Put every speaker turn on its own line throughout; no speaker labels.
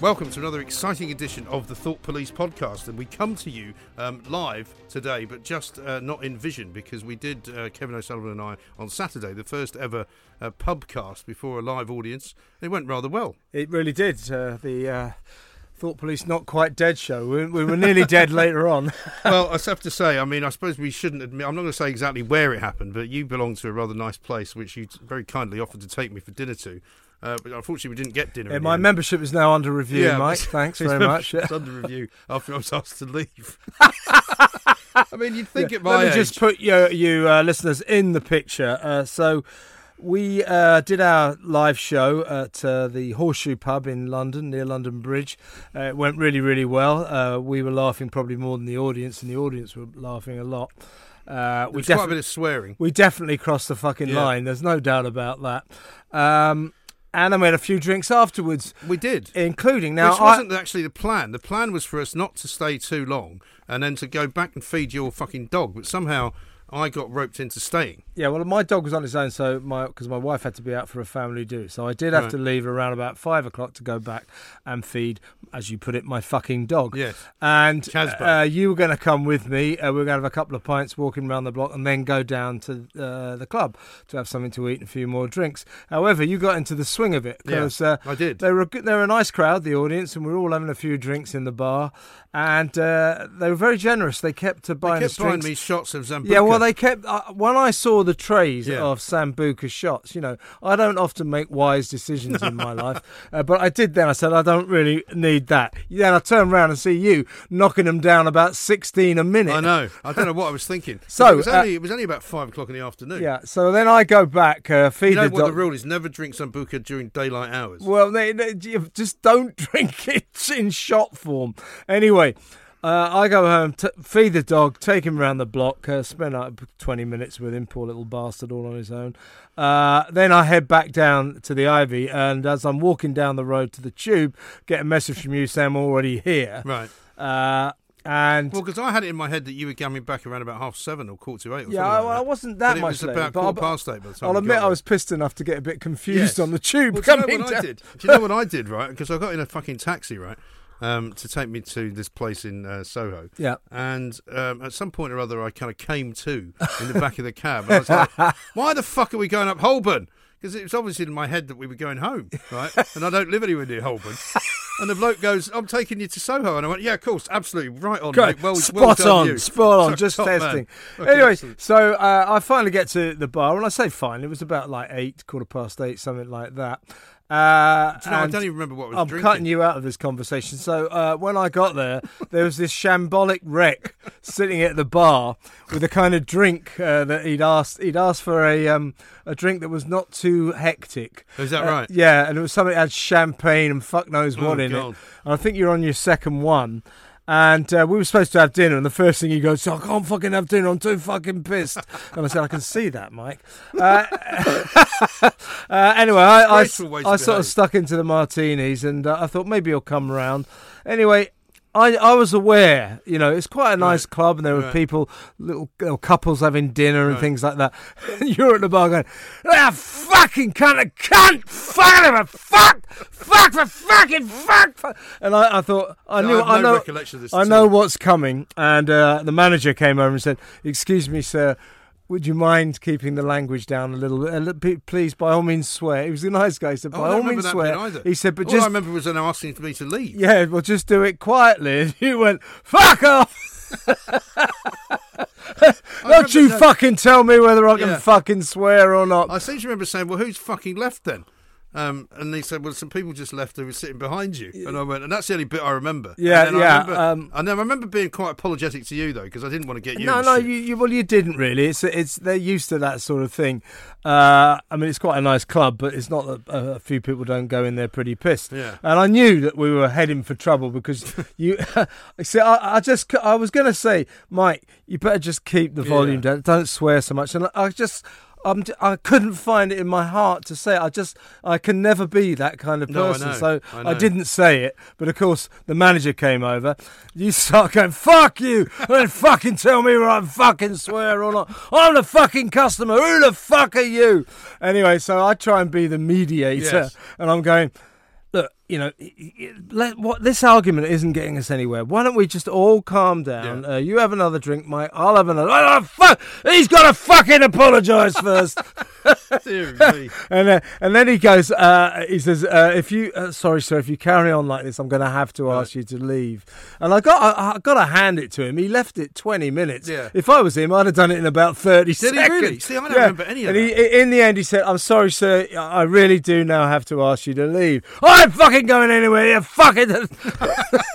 Welcome to another exciting edition of the Thought Police podcast, and we come to you um, live today, but just uh, not in vision because we did uh, Kevin O'Sullivan and I on Saturday the first ever uh, pubcast before a live audience. It went rather well.
It really did. Uh, the uh, Thought Police Not Quite Dead show. We, we were nearly dead later on.
well, I just have to say, I mean, I suppose we shouldn't admit. I'm not going to say exactly where it happened, but you belong to a rather nice place, which you t- very kindly offered to take me for dinner to. Uh, but unfortunately, we didn't get dinner.
Yeah,
in
my
the end.
membership is now under review, Mike.
it's-
Thanks
it's
very much.
It's under review after I was asked to leave. I mean, you'd think it at my
Let me
age-
just put you, you uh, listeners in the picture. Uh, so we uh, did our live show at uh, the Horseshoe Pub in London, near London Bridge. Uh, it went really, really well. Uh, we were laughing probably more than the audience, and the audience were laughing a lot. Uh,
there
we
was quite a
defi-
bit of swearing.
We definitely crossed the fucking
Yeah.
line. There's no doubt about that. Um, and I made a few drinks afterwards,
We did.
including now.
Which
I-
wasn't actually the plan. The plan was for us not to stay too long and then to go back and feed your fucking dog. But somehow I got roped into staying.
yeah, well, my dog was on his own, so my because my wife had to be out for a family do, so I did have
Right.
to leave around about five o'clock to go back and feed, as you put it, my fucking dog.
Yes.
And
Chazbo.
uh, you were going to come with me. Uh, we were going to have a couple of pints walking around the block and then go down to uh, the club to have something to eat and a few more drinks. However, you got into the swing of it
Yeah,
because uh,
I did.
They were a good, they were a nice crowd, the audience, and we were all having a few drinks in the bar. And uh, they were very generous. They kept uh, buying us
kept buying
drinks.
me shots of Zambuca.
Yeah, well, they kept. Uh, when I saw the trays
Yeah.
of Sambuca shots, you know, I don't often make wise decisions in my life, uh, but I did then. I said, I don't really need that. Then I turn around and see you knocking them down about 16 a minute.
I know. I don't know what I was thinking.
So,
it was,
uh,
only, it was only about five o'clock in the afternoon.
Yeah, so then I go back, uh, feed
You know
the
what the
dog.
rule is? Never drink Zambuca during daylight hours.
Well, they, they, you just don't drink it in shot form. Anyway, uh, I go home, t- feed the dog, take him around the block, uh, spend like 20 minutes with him, poor little bastard, all on his own. Uh, then I head back down to the Ivy, and as I'm walking down the road to the tube, get a message from you saying I'm already here.
Right.
Uh, and
Well, because I had it in my head that you were coming back around about half seven or quarter to eight. Or
Yeah,
something like
I, well, I
that.
wasn't that
But it
much
was
late,
about
but
quarter
I-
past eight by the time
I'll
we
admit
got
I
there.
was pissed enough to get a bit confused
Yes.
on the tube
Well, do you know
coming
what I
down.
did? Do you know what I did, right? Because I got in a fucking taxi, right, um, to take me to this place in uh, Soho.
Yeah.
And um, at some point or other, I kind of came to in the back of the cab. And I was like, why the fuck are we going up Holborn? Because it was obviously in my head that we were going home, right? And I don't live anywhere near Holborn. And the bloke goes, I'm taking you to Soho. And I went, yeah, of course, absolutely. Right on,
Great.
mate. Well, well
spot
done
on,
you.
spot on.
Top-
Just
top man.
testing.
Fucking
anyway,
excellent.
so uh, I finally get to the bar. When I say finally, it was about like eight, quarter past eight, something like that. Uh,
Do you know, I
and
don't even remember what I was
I'm
drinking.
cutting you out of this conversation. So uh, when I got there, there was this shambolic wreck sitting at the bar with a kind of drink uh, that he'd asked. He'd asked for a um, a drink that was not too hectic.
Is that
Uh,
right?
Yeah, and it was something that had champagne and fuck knows what
Oh,
in
God.
it. And I think you're on your second one. And uh, we were supposed to have dinner, and the first thing he goes, "I can't fucking have dinner. I'm too fucking pissed." and I said, "I can see that, Mike." Uh, uh, anyway, I, I,
Disgraceful way to
I sort
behave.
of stuck into the martinis, and uh, I thought maybe he'll come round. Anyway. I, I was aware, you know, it's quite a nice club, and there were
Right.
people, little, little couples having dinner and things like that. You're at the bar going, "Ah, fucking cunt, a cunt, fucking a fuck, fuck for fucking fuck." fuck." And I, I thought, I
I
knew,
have
I
no
know,
recollection of this
I
at
know
all.
what's coming. And uh, the manager came over and said, "Excuse me, sir." Would you mind keeping the language down a little bit? A little bit, Please, by all means, swear. He was a nice guy. He said,
Oh,
by
I don't
all
remember
means,
that
swear.
bit either.
He said, but
all
just
I remember was them asking for me to leave.
yeah, well, just do it quietly. And you went, fuck off. Don't you
remember- no.
fucking tell me whether I can
Yeah.
fucking swear or not.
I seem to remember saying, "Well, who's fucking left then?" Um, and they said, "Well, some people just left who were sitting behind you." And I went, and that's the only bit I remember.
Yeah,
and then
yeah,
I remember,
um,
and then I remember being quite apologetic to you though, because I didn't want to get you.
no,
and
no,
shit.
you, you well, you didn't really. It's it's they're used to that sort of thing. Uh, I mean, it's quite a nice club, but it's not that uh, a few people don't go in there pretty pissed.
Yeah.
And I knew that we were heading for trouble because you. see, I, I just c- I was going to say, Mike, you better just keep the volume down. Don't swear so much. And I, I just. I'm, j- I couldn't find it in my heart to say it. I just I can never be that kind of
No, I
person.
know,
So
I
I
know.
didn't didn't say it, but of course the manager came over. You start going, "Fuck you!" and then fucking tell me whether I fucking swear or not. I'm the fucking customer. Who the fuck are you? Anyway, so I try and be the mediator,
Yes.
and I'm going. Look, you know, y- y- let, what this argument isn't getting us anywhere. Why don't we just all calm down?
Yeah.
Uh, you have another drink, Mike. I'll have another. Oh, fuck! He's got to fucking apologise first.
Dear me.
And uh, and then he goes. Uh, he says, uh, "If you, uh, sorry, sir, if you carry on like this, I'm going to have to ask you to leave." And I got, I, I got to hand it to him. He left it 20 minutes.
Yeah.
If I was him, I'd have done it in about 30
Did he
seconds.
really? See, I don't remember any of
and He, in the end, he said, "I'm sorry, sir. I really do now have to ask you to leave. I'm fucking going anywhere. You fucking."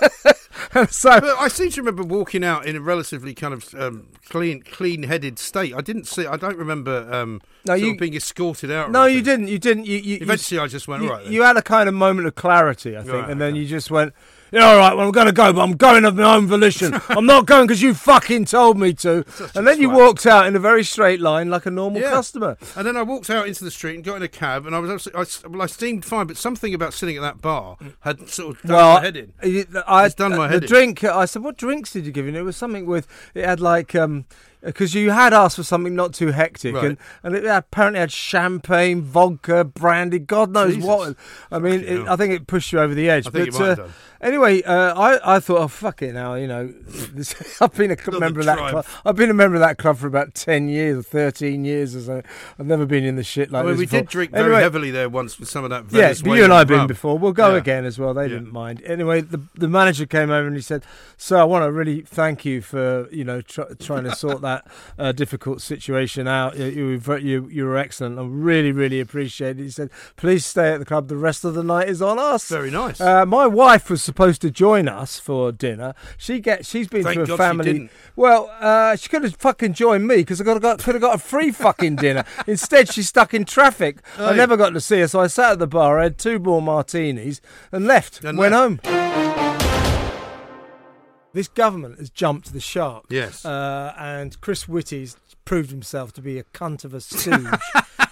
And so.
But I seem to remember walking out in a relatively kind of um, clean, clean-headed state. I didn't see. I don't remember. Um,
No,
sort
you-
of being escorted out. or
No, you
anything.
didn't. You didn't. You, you, you-
Eventually, I just went
you,
all right. Then.
you had a kind of moment of clarity, I think,
Right,
and then you just went, "Yeah, all right. Well, I'm going to go, but I'm going of my own volition. I'm not going because you fucking told me to." and then you
twat.
walked out in a very straight line, like a normal
Yeah.
customer.
And then I walked out into the street and got in a cab, and I was absolutely, I, s- well, I seemed fine, but something about sitting at that bar
Mm.
had sort of done my head in.
I- I,
It's done my head
uh,
in.
the drink. uh, I said, "What drinks did you give?" And it was something with it had like um because you had asked for something not too hectic,
Right.
and and it apparently had champagne, vodka, brandy, God knows
Jesus.
what. I mean,
Fucking
it,
hell.
I think it pushed you over the edge.
I think it
but
might
uh,
have done.
anyway, uh, I I thought, oh fuck it now, you know, this, I've been a cl-
Another
member of that
triumph.
club. I've been a member of that club for about ten years or thirteen years or so. I've never been in the shit like
I mean,
this.
we
before.
did drink very
Anyway,
heavily there once with some of that.
yeah,
Venezuelan
but you and I've been
rum.
before. We'll go
Yeah.
again as well. They
Yeah.
didn't mind. Anyway, the the manager came over and he said, "So I want to really thank you for you know tr- trying to sort that uh, difficult situation out. You, you, were ver- you you were excellent. I really really appreciate it." He said, "Please stay at the club. The rest of the night is on us."
Very nice.
Uh, my wife was supposed to join us for dinner. She get she's been
Thank
to a
God she
family.
didn't.
Well, uh, she could have fucking joined me because I could have got could have got a free fucking dinner. Instead, she's stuck in traffic. I
Aye.
never got to see her, so I sat at the bar, had two more martinis, and left.
And
went
left.
home. This government has jumped the shark.
Yes.
Uh, and Chris Whitty's proved himself to be a cunt of a stooge.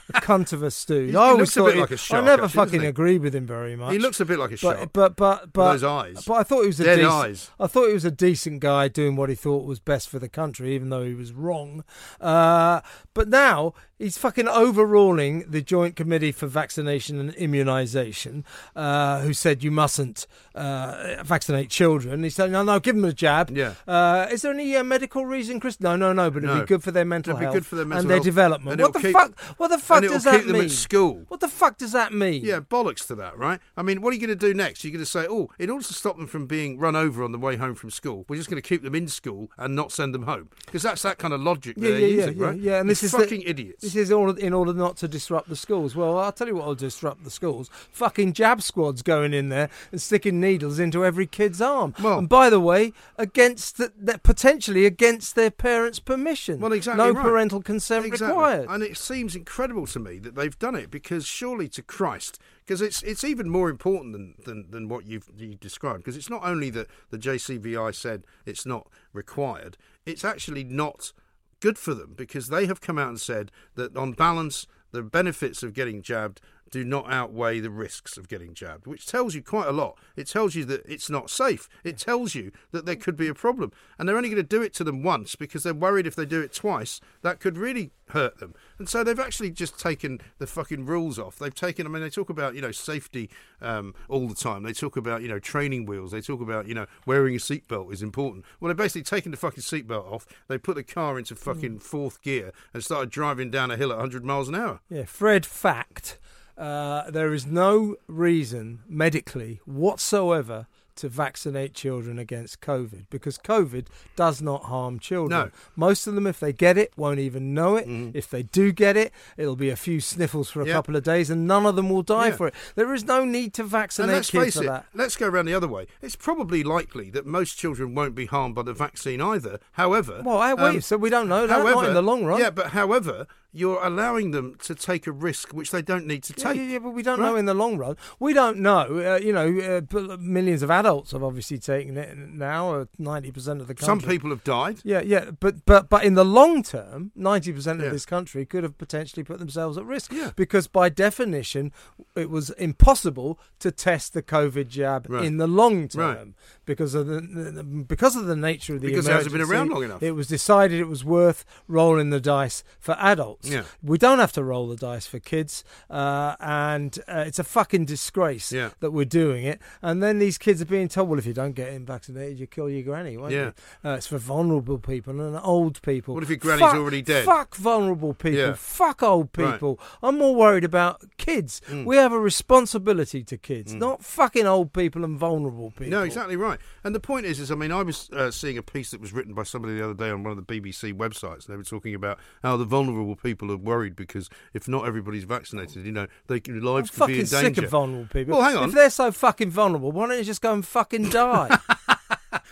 a cunt of a stooge.
He
I
looks
always
a
thought
bit
he-
like a shark,
I never
actually, doesn't
fucking
he?
agree with him very much.
he looks a bit like a shark.
But but but but
those eyes.
But I thought he was a
Dead
decent,
eyes.
I thought he was a decent guy doing what he thought was best for the country, even though he was wrong. Uh, but now he's fucking overruling the Joint Committee for Vaccination and Immunisation, uh, who said you mustn't uh, vaccinate children. He said, no, no, give them a jab.
Yeah.
Uh, is there any uh, medical reason, Chris? No, no, no. But it'd
No.
be good for their mental
It'd be
health
good for their mental
and their
health.
development.
And
what the
it'll keep-
fuck? What the fuck
it'll
does that
keep them at
mean?
school.
What the fuck does that mean?
Yeah, bollocks to that, right? I mean, what are you going to do next? You're going to say, oh, in order to stop them from being run over on the way home from school, we're just going to keep them in school and not send them home. Because that's that kind of logic that they're using, right?
Yeah, and
You
this is the-
fucking idiots.
This is all in order not to disrupt the schools. Well, I'll tell you what, I'll disrupt the schools. Fucking jab squads going in there and sticking needles into every kid's arm.
Well-
and by the way, against the, the, potentially against their parents' permission.
Well, exactly.
No
right.
parental consent
Exactly.
required.
And it seems incredible to me that they've done it because surely to Christ, because it's it's even more important than, than, than what you've you described. Because it's not only that the JCVI said it's not required; it's actually not good for them because they have come out and said that on balance, the benefits of getting jabbed do not outweigh the risks of getting jabbed, which tells you quite a lot. It tells you that it's not safe. It tells you that there could be a problem. And they're only going to do it to them once because they're worried if they do it twice, that could really hurt them. And so they've actually just taken the fucking rules off. They've taken, I mean, they talk about, you know, safety um, all the time. They talk about, you know, training wheels. They talk about, you know, wearing a seatbelt is important. Well, they've basically taken the fucking seatbelt off. They put the car into fucking fourth gear and started driving down a hill at 100 miles an hour.
Yeah, Fred, fact. Uh, there is no reason medically whatsoever to vaccinate children against COVID because COVID does not harm children.
No. Mm-hmm.
Most of them, if they get it, won't even know it. If they do get it, it'll be a few sniffles for a
Yeah.
couple of days and none of them will die
Yeah.
for it. There is no need to vaccinate
And let's
kids
face
for
it,
that.
let's go around the other way. It's probably likely that most children won't be harmed by the vaccine either. However,
Well, I- wait, so we don't know that, not in the long run.
um, Yeah, but however, you're allowing them to take a risk which they don't need to
Yeah,
take.
yeah, yeah, but we don't
right?
know in the long run. We don't know. Uh, you know, uh, b- millions of adults have obviously taken it now. uh, Ninety percent of the country.
Some people have died.
Yeah, yeah, but but but in the long term, ninety percent of
Yeah.
this country could have potentially put themselves at risk
Yeah.
because, by definition, it was impossible to test the COVID jab
Right.
in the long term
Right.
because of the, the the- because of the nature of the
Because it
emergency.
hasn't been around long enough.
It was decided it was worth rolling the dice for adults.
Yeah.
We don't have to roll the dice for kids, uh, and uh, it's a fucking disgrace
Yeah.
that we're doing it. And then these kids are being told, "Well, if you don't get him vaccinated, you kill your granny." Won't
Yeah.
you? Uh, it's for vulnerable people and old people.
What if your granny's
Fuck-
already dead?
Fuck vulnerable people.
Yeah.
Fuck old
Right. Mm.
people. I'm more worried about kids. We have a responsibility to kids, not fucking old people and vulnerable people.
No, exactly right. And the point is, is I mean, I was uh, seeing a piece that was written by somebody the other day on one of the BBC websites, and they were talking about how the vulnerable people are worried because if not everybody's vaccinated, you know, they can,
I'm
lives could be
fucking
in
sick
danger.
of vulnerable people.
Well, hang on.
If they're so fucking vulnerable, why don't you just go and fucking die?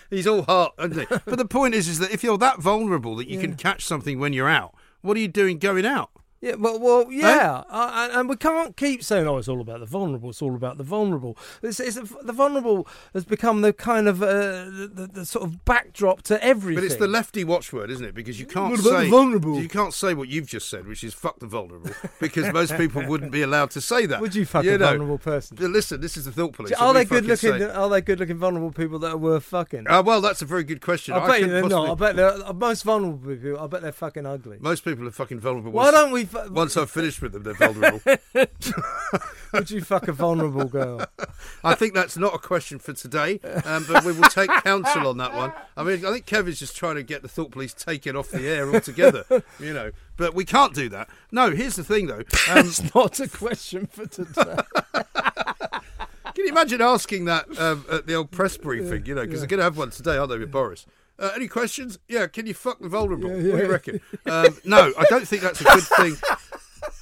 He's all heart, isn't he? but the point is, is that if you're that vulnerable that you can catch something when you're out, what are you doing going out?
Yeah, well, well yeah, uh, and- and we can't keep saying, "Oh, it's all about the vulnerable. It's all about the vulnerable." It's, it's, the vulnerable has become the kind of uh, the, the, the sort of backdrop to everything.
But it's the lefty watchword, isn't it? Because you can't
What about the
say
vulnerable?
You can't say what you've just said, which is "fuck the vulnerable," because most people wouldn't be allowed to say that.
Would you fuck a vulnerable person?
But Listen, this is the thought police.
Are
and we
they good
fucking
looking?
say-
Are they good looking vulnerable people that are worth fucking?
Uh, well, that's a very good question.
I bet you
couldn't
they're
possibly-
not. I bet they're uh, most vulnerable people. I bet they're fucking ugly.
Most people are fucking vulnerable.
Why
once-
don't we fu-
Once I've finished with them, they're vulnerable.
Would you fuck a vulnerable girl?
I think that's not a question for today, um, but we will take counsel on that one. I mean, I think Kevin's just trying to get the thought police taken off the air altogether, you know. But we can't do that. No, here's the thing, though. Um,
It's not a question for today.
Can you imagine asking that um, at the old press briefing? You know, because they're going to have one today, aren't they, with Boris? Uh, any questions? Yeah, can you fuck the vulnerable? What do you reckon? um, no, I don't think that's a good thing.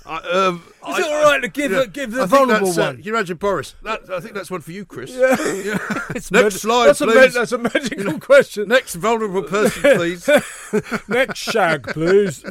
I, um,
Is it all right to give the- give the
I think
vulnerable
that's, uh,
one?
can you imagine Boris? That, I think that's one for you, Chris.
It's
Next
med-
slide,
that's A med-
please.
that's a medical question.
Next vulnerable person, please.
Next shag, please.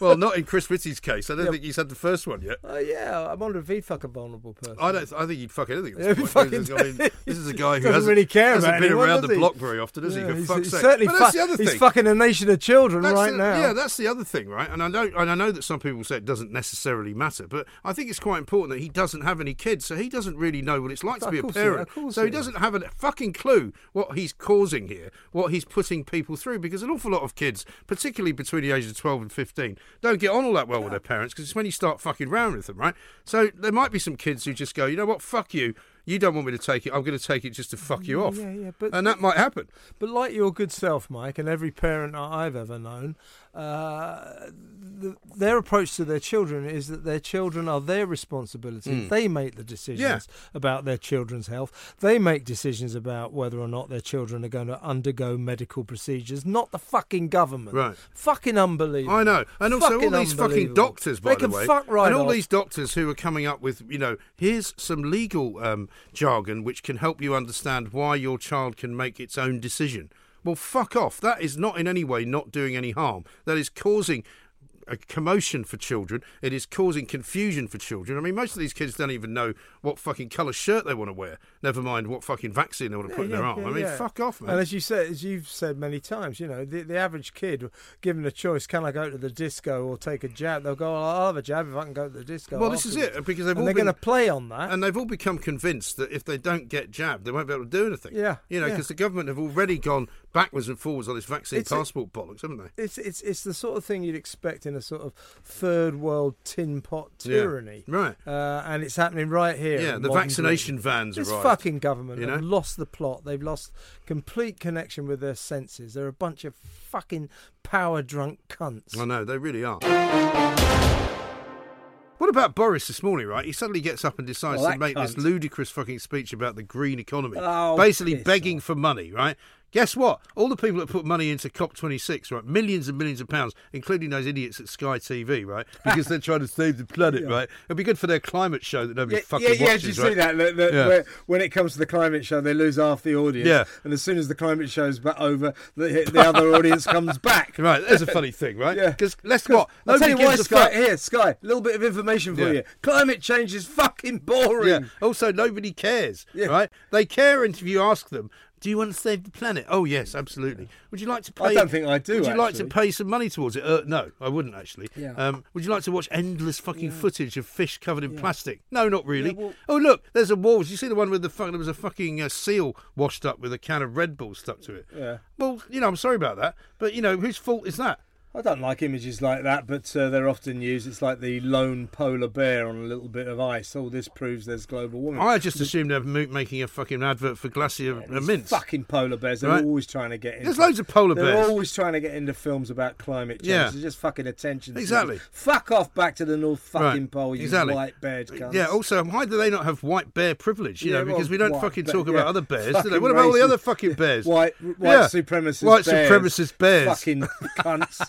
well, not in Chris Whitty's case. I don't think he's had the first one yet.
Oh yeah, I wonder if he'd fuck a vulnerable person.
I don't. I think he'd fuck anything. At
Yeah,
this,
he
point.
fucking
I mean, this is a guy who
Doesn't
hasn't
really care
hasn't
about
been
anyone,
around
does
the
he?
block very often, has
Yeah,
he? For
he's,
fuck's
he's
sake.
certainly
But that's
fuck-
the other
he's
thing.
fucking a nation of children
That's
right
the-
now.
Yeah, that's the other thing, right? And I know, and I know that some people say it doesn't necessarily matter, but I think it's quite important that he doesn't have any kids, so he doesn't really know what it's like
Of
to be a
course he-
parent.
of course
so he
he
doesn't have a fucking clue what he's causing here, what he's putting people through, because an awful lot of kids, particularly between the ages of twelve and fifteen, don't get on all that well with their parents because it's when you start fucking round with them, right? So there might be some kids who just go, you know what, fuck you. You don't want me to take it. I'm going to take it just to fuck you off.
yeah, yeah, but-
and that might happen.
But like your good self, Mike, and every parent I- I've ever known, uh, the, their approach to their children is that their children are their responsibility.
Hmm.
They make the decisions about their children's health. They make decisions about whether or not their children are going to undergo medical procedures, not the fucking government.
Right.
Fucking unbelievable.
I know, and also
Fucking
all these fucking
unbelievable.
doctors, by
they
the
can
way,
fuck right
and all
off.
these doctors who are coming up with, you know, here's some legal um, jargon which can help you understand why your child can make its own decision. Well, fuck off. That is not in any way not doing any harm. That is causing a commotion for children. It is causing confusion for children. I mean, most of these kids don't even know what fucking colour shirt they want to wear. Never mind what fucking vaccine they want to put in their arm. I mean, fuck off, man.
And as you said, as you've said many times, you know, the, the average kid, given a choice, can I go to the disco or take a jab? They'll go, "Oh, I'll have a jab if I can go to the disco.
Well, this is
afterwards."
it, because they've
and
all
they're
been-
going to play on that.
And they've all become convinced that if they don't get jabbed, they won't be able to do anything.
Yeah,
You know,
yeah.
because the government have already gone backwards and forwards on this vaccine
It's a-
passport bollocks, haven't they?
it's it's it's the sort of thing you'd expect in a sort of third world tin pot tyranny,
Right.
Uh, and it's happening right here.
Yeah,
in
the
modern
vaccination
Britain.
vans
This
arrived,
fucking government
you
have
know?
lost the plot. They've lost complete connection with their senses. They're a bunch of fucking power drunk cunts.
I know, they really are. What about Boris this morning, right? He suddenly gets up and decides
Well,
to
that
make this
cunt.
ludicrous fucking speech about the green economy.
Oh,
basically
piss
begging for money, right? Guess what? All the people that put money into COP26, right? Millions and millions of pounds, including those idiots at Sky TV, right? Because they're trying to save the planet, right? It'd be good for their climate show that nobody
Yeah,
fucking
yeah, yeah,
watches,
do you
right?
see that? That- that-
Yeah.
where- when it comes to the climate show, they lose half the audience.
Yeah.
And as soon as the climate show's back over, the, the other audience comes back.
Right, there's a funny thing, right?
Yeah.
Because let's what?
I'll tell
Nobody
you why,
gives a
Sky.
fuck.
Here, Sky, a little bit of information for
Yeah.
you. Climate change is fucking boring.
Yeah. Also, nobody cares,
Yeah.
right? They care if you ask them, "Do you want to save the planet?" Oh yes, absolutely. Would you like to pay?
I don't think I do,
Would you like to
actually.
pay some money towards it? Uh, no, I wouldn't actually.
Yeah.
Um, would you like to watch endless fucking footage of fish covered in plastic? No, not really. oh look, there's a wall. Did you see the one with the fuck? There was a fucking uh, seal washed up with a can of Red Bull stuck to it. Yeah. Well, you know, I'm sorry about that, but you know, whose fault is that?
I don't like images like that, but uh, they're often used. It's like the lone polar bear on a little bit of ice. All this proves there's global warming.
I just assumed they're mo- making a fucking advert for Glacier uh, Mints.
Fucking polar bears. They're
Right.
always trying to get into.
There's loads of polar
they're
bears.
always trying to get into films about climate change.
Yeah.
It's just fucking attention. seeking.
Exactly.
Fuck off back to the North
Right,
fucking pole, you white bear cunts.
Yeah. Also, um, why do they not have white bear privilege? You
Yeah,
know, because
well,
we don't
white
fucking
bear-
talk
yeah.
about other bears, do they?
Fucking
What about all the
racist.
other fucking bears?
White, white
Yeah.
supremacist
White
bears.
supremacist bears.
Fucking cunts.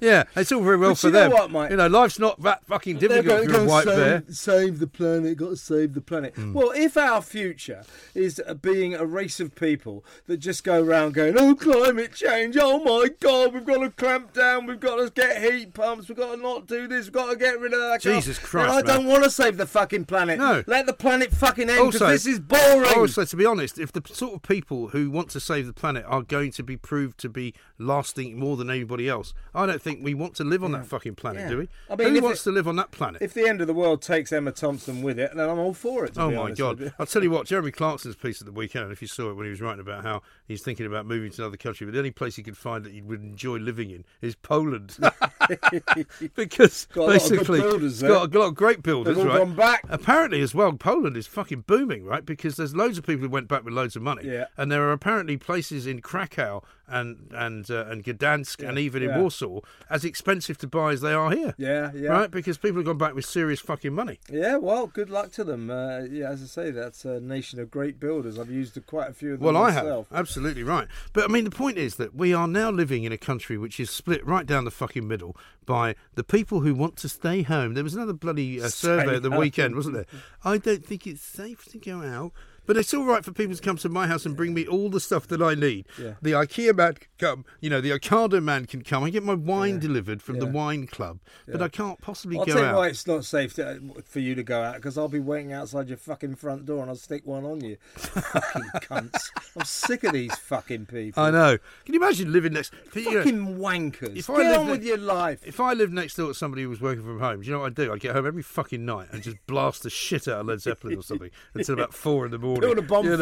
Yeah, it's all very well
But
for
you know
them.
what, mate?
You know, life's not that fucking
They've
difficult if
got
you're a
to
white
save,
bear.
Save the planet, got to save the planet.
Hmm.
Well, if our future is uh, being a race of people that just go around going, oh, climate change, oh my God, we've got to clamp down, we've got to get heat pumps, we've got to not do this, we've got to get rid of that. car,"
Jesus
then
Christ,
I don't
man.
want to save the fucking planet.
No.
Let the planet fucking end because
Also-
this is boring.
Also, to be honest, if the sort of people who want to save the planet are going to be proved to be lasting more than anybody else, I don't think we want to live on that fucking planet,
Yeah.
do we?
I mean,
who
if
wants
it-
to live on that planet?
if the end of the world takes Emma Thompson with it, then I'm all for it. to
Oh
be
my
honest with you.
God! I'll tell you what. Jeremy Clarkson's piece at the weekend, if you saw it when he was writing about how he's thinking about moving to another country, but the only place he could find that he would enjoy living in is Poland, because
Got a lot of good
basically
builders
it's
there.
got a lot of great builders.
They've all
right?
gone back.
Apparently, as well, Poland is fucking booming, right? Because there's loads of people who went back with loads of money,
Yeah.
and there are apparently places in Krakow and and uh, and Gdansk and even
yeah.
in Warsaw as expensive to buy as they are here.
Yeah, yeah.
Right, because people have gone back with serious fucking money.
Yeah, well, good luck to them. Uh, yeah, as I say, that's a nation of great builders. I've used quite a few of them
Well, I have.
myself.
Absolutely right. But I mean, the point is that we are now living in a country which is split right down the fucking middle by the people who want to stay home. There was another bloody uh, survey at the
home.
weekend, wasn't there? I don't think it's safe to go out. But it's all right for people to come to my house and bring me all the stuff that I need. The IKEA man can come, you know, the Ocado man can come. I get my wine delivered from the wine club, but I can't possibly
I'll
go
tell you
out.
why it's not safe to, for you to go out because I'll be waiting outside your fucking front door and I'll stick one on you. fucking cunts. I'm sick of these fucking people.
I know. Can you imagine living next? you know-
Fucking wankers.
If I
Get
lived
on
ne-
with your life.
If I lived next door to somebody who was working from home, do you know what I'd do? I'd get home every fucking night and just blast the shit out of Led Zeppelin or something until about four in the morning.
Build a bonfire.
You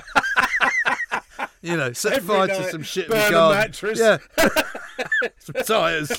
know, you know, set
Every
fire to
night,
some shit in
burn
the
a
garden.
mattress.
Yeah. some tyres.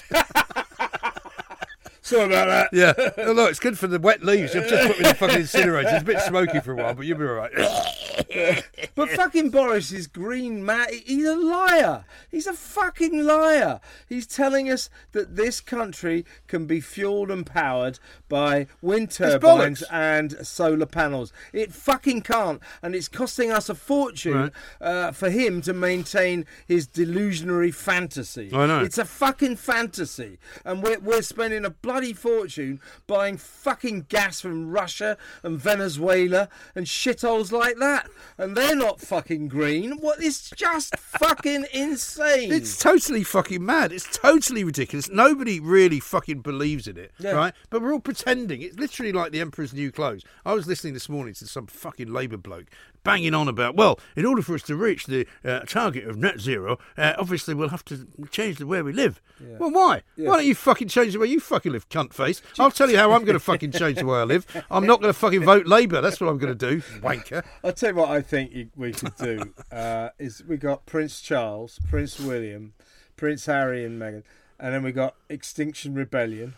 Sorry about that.
Yeah. Oh, look, it's good for the wet leaves. I've just put me in the fucking incinerator. It's a bit smoky for a while, but you'll be all right.
But fucking Boris is green mad. He's a liar. He's a fucking liar. He's telling us that this country can be fueled and powered by wind turbines
bollocks.
and solar panels. It fucking can't, and it's costing us a fortune uh, for him to maintain his delusionary fantasy.
I know.
It's a fucking fantasy, and we're we're spending a bloody fortune buying fucking gas from Russia and Venezuela and shitholes like that, and they're not fucking green. What? It's just fucking insane.
It's totally fucking mad. It's totally ridiculous. Nobody really fucking believes in it,
Yeah.
right? But we're all pretending. It's literally like the Emperor's New Clothes. I was listening this morning to some fucking Labour bloke banging on about, well, in order for us to reach the uh, target of net zero, uh, obviously we'll have to change the way we live. Well, why? Why don't you fucking change the way you fucking live, cunt face? I'll tell you how I'm going to fucking change the way I live. I'm not going to fucking vote Labour. That's what I'm going to do, wanker.
I'll tell you what I think you, we could do uh, is we got Prince Charles, Prince William, Prince Harry and Meghan, and then we got Extinction Rebellion,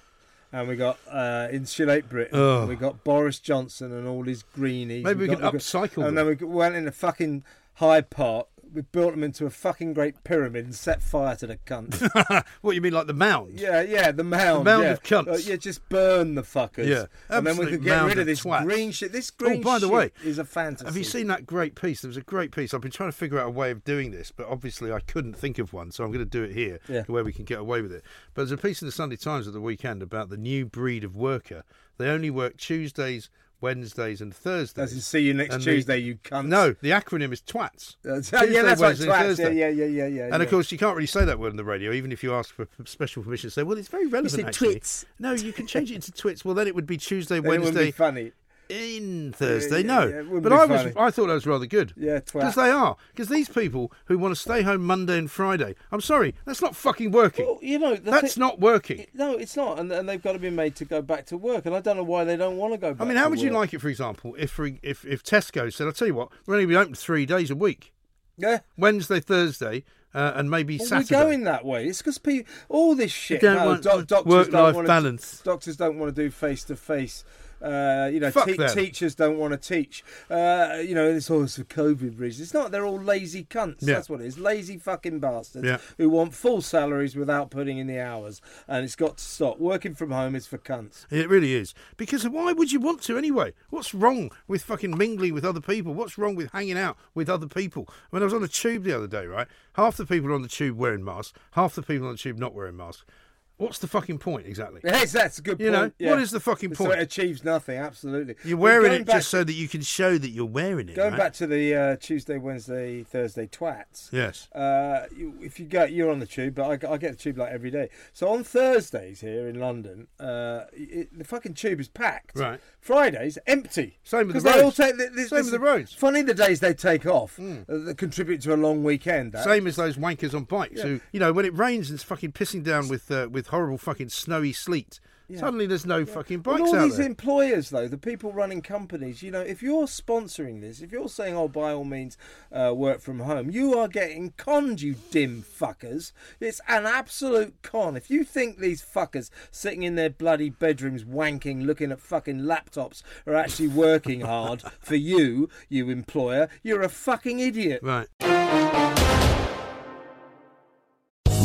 and we got uh, Insulate Britain, and we got Boris Johnson and all his greenies.
Maybe we
got-
could
got-
upcycle
And
them.
then we went in a fucking Hyde Park we built them into a fucking great pyramid and set fire to the cunt.
What you mean, like the mound?
yeah, yeah, the mound.
mound
yeah.
of cunts.
Uh, yeah, just burn the fuckers.
Yeah,
and then we
absolute
could get
mound
rid
of
of this
twats. Oh,
green shit. This green
by the
shit
way,
is a fantasy.
Have you seen that great piece? There was a great piece. I've been trying to figure out a way of doing this, but obviously I couldn't think of one, so I'm going to do it here,
Yeah.
where we can get away with it. But there's a piece in the Sunday Times of the weekend about the new breed of worker. They only work Tuesdays, Wednesdays, and Thursdays.
As in, see you next
And the-
Tuesday, you cunt.
No, the acronym is TWATS.
That's- Uh, yeah, that's right.
Wednesday,
Twats. Yeah,
Thursday.
yeah, yeah, yeah, yeah.
And
yeah.
of course, you can't really say that word on the radio, even if you ask for p- special permission. to Say, well, it's very relevant.
said
actually.
twits.
No, you can change it to twits. Well, then it would be Tuesday,
Then it wouldn't
Wednesday,
be funny.
in Thursday.
yeah,
no,
yeah, it wouldn't
but
be
I was.
funny.
I thought that was rather good.
Yeah, twat.
because they are. Because these people who want to stay home Monday and Friday. I'm sorry, that's not fucking working.
Well, you know, the
that's
thing-
not working.
No, it's not, and, and they've got to be made to go back to work. And I don't know why they don't want to go back.
I mean, how
to
would you
work.
like it, for example, if for- if if Tesco said, "I'll tell you what, we're only open three days a week:
Yeah,
Wednesday, Thursday, uh, and maybe
Well,
Saturday."
we're going that way. It's because people, all this shit.
don't
no,
want
doc- doctors
work-life
don't want
balance.
To, doctors don't want to do face to face. Uh, you know,
Fuck
te-
them.
teachers don't want to teach. Uh, you know, it's all for COVID reasons. It's not. They're all lazy cunts.
Yeah.
That's what it is. Lazy fucking bastards
Yeah.
who want full salaries without putting in the hours. And it's got to stop. Working from home is for cunts.
It really is. Because why would you want to anyway? What's wrong with fucking mingling with other people? What's wrong with hanging out with other people? When I was on a tube the other day, right? Half the people on the tube wearing masks, half the people on the tube not wearing masks. What's the fucking point exactly?
Yes, that's a good
You know,
point. yeah.
what is the fucking
So
point?
it achieves nothing. Absolutely.
You're
But
wearing
going
it
back-
just so that you can show that you're wearing it.
Going
right?
back to the uh, Tuesday, Wednesday, Thursday twats.
Yes.
Uh, you, if you go, you're on the tube, but I, g- I get the tube like every day. So on Thursdays here in London, uh, it, the fucking tube is packed.
Right.
Fridays empty.
Same with the
'Cause they all
roads.
take. th- This,
Same
this
with the roads. Hmm.
Funny the days they take off uh, that contribute to a long weekend. that.
Same as those wankers on bikes who, you know, when it rains and it's fucking pissing down with uh, with horrible fucking snowy sleet. Suddenly, there's no fucking
But
bikes
all
out
these
there.
employers, though, the people running companies, you know, if you're sponsoring this, if you're saying, oh, by all means, uh, work from home, you are getting conned, you dim fuckers. It's an absolute con. If you think these fuckers sitting in their bloody bedrooms wanking, looking at fucking laptops are actually working hard for you, you employer, you're a fucking idiot.
right.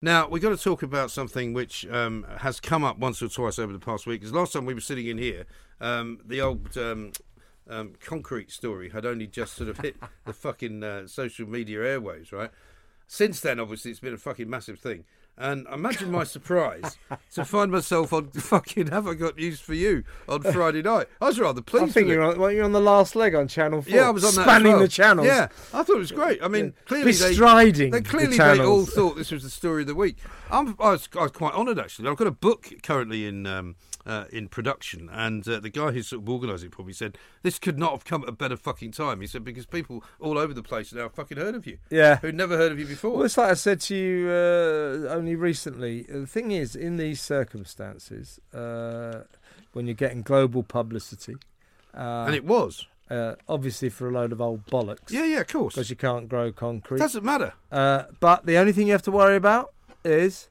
Now we've got to talk about something which um, has come up once or twice over the past week. Because last time we were sitting in here, um, the old um, um, concrete story had only just sort of hit the fucking uh, social media airwaves, right? Since then, obviously, it's been a fucking massive thing. And imagine my surprise to find myself on fucking Have I Got News for You on Friday night. I was rather pleased.
I think
with it.
you're on, well, you're on the last leg on Channel 4.
Yeah, I was on that. as
Spanning
well.
the channels.
Yeah, I thought it was great. I mean, clearly they
Bestriding
They
the
clearly they
channels.
all thought this was the story of the week. I'm, I, was, I was quite honoured actually. I've got a book currently in um, uh, in production, and uh, the guy who's sort of organising it probably said this could not have come at a better fucking time. He said because people all over the place now have fucking heard of you.
Yeah.
who'd never heard of you before.
Well, it's like I said to you uh, only recently. The thing is, in these circumstances, uh, when you're getting global publicity,
and it was.
uh, obviously for a load of old bollocks,
Yeah, yeah, of course.
because you can't grow concrete.
Doesn't matter.
Uh, but the only thing you have to worry about is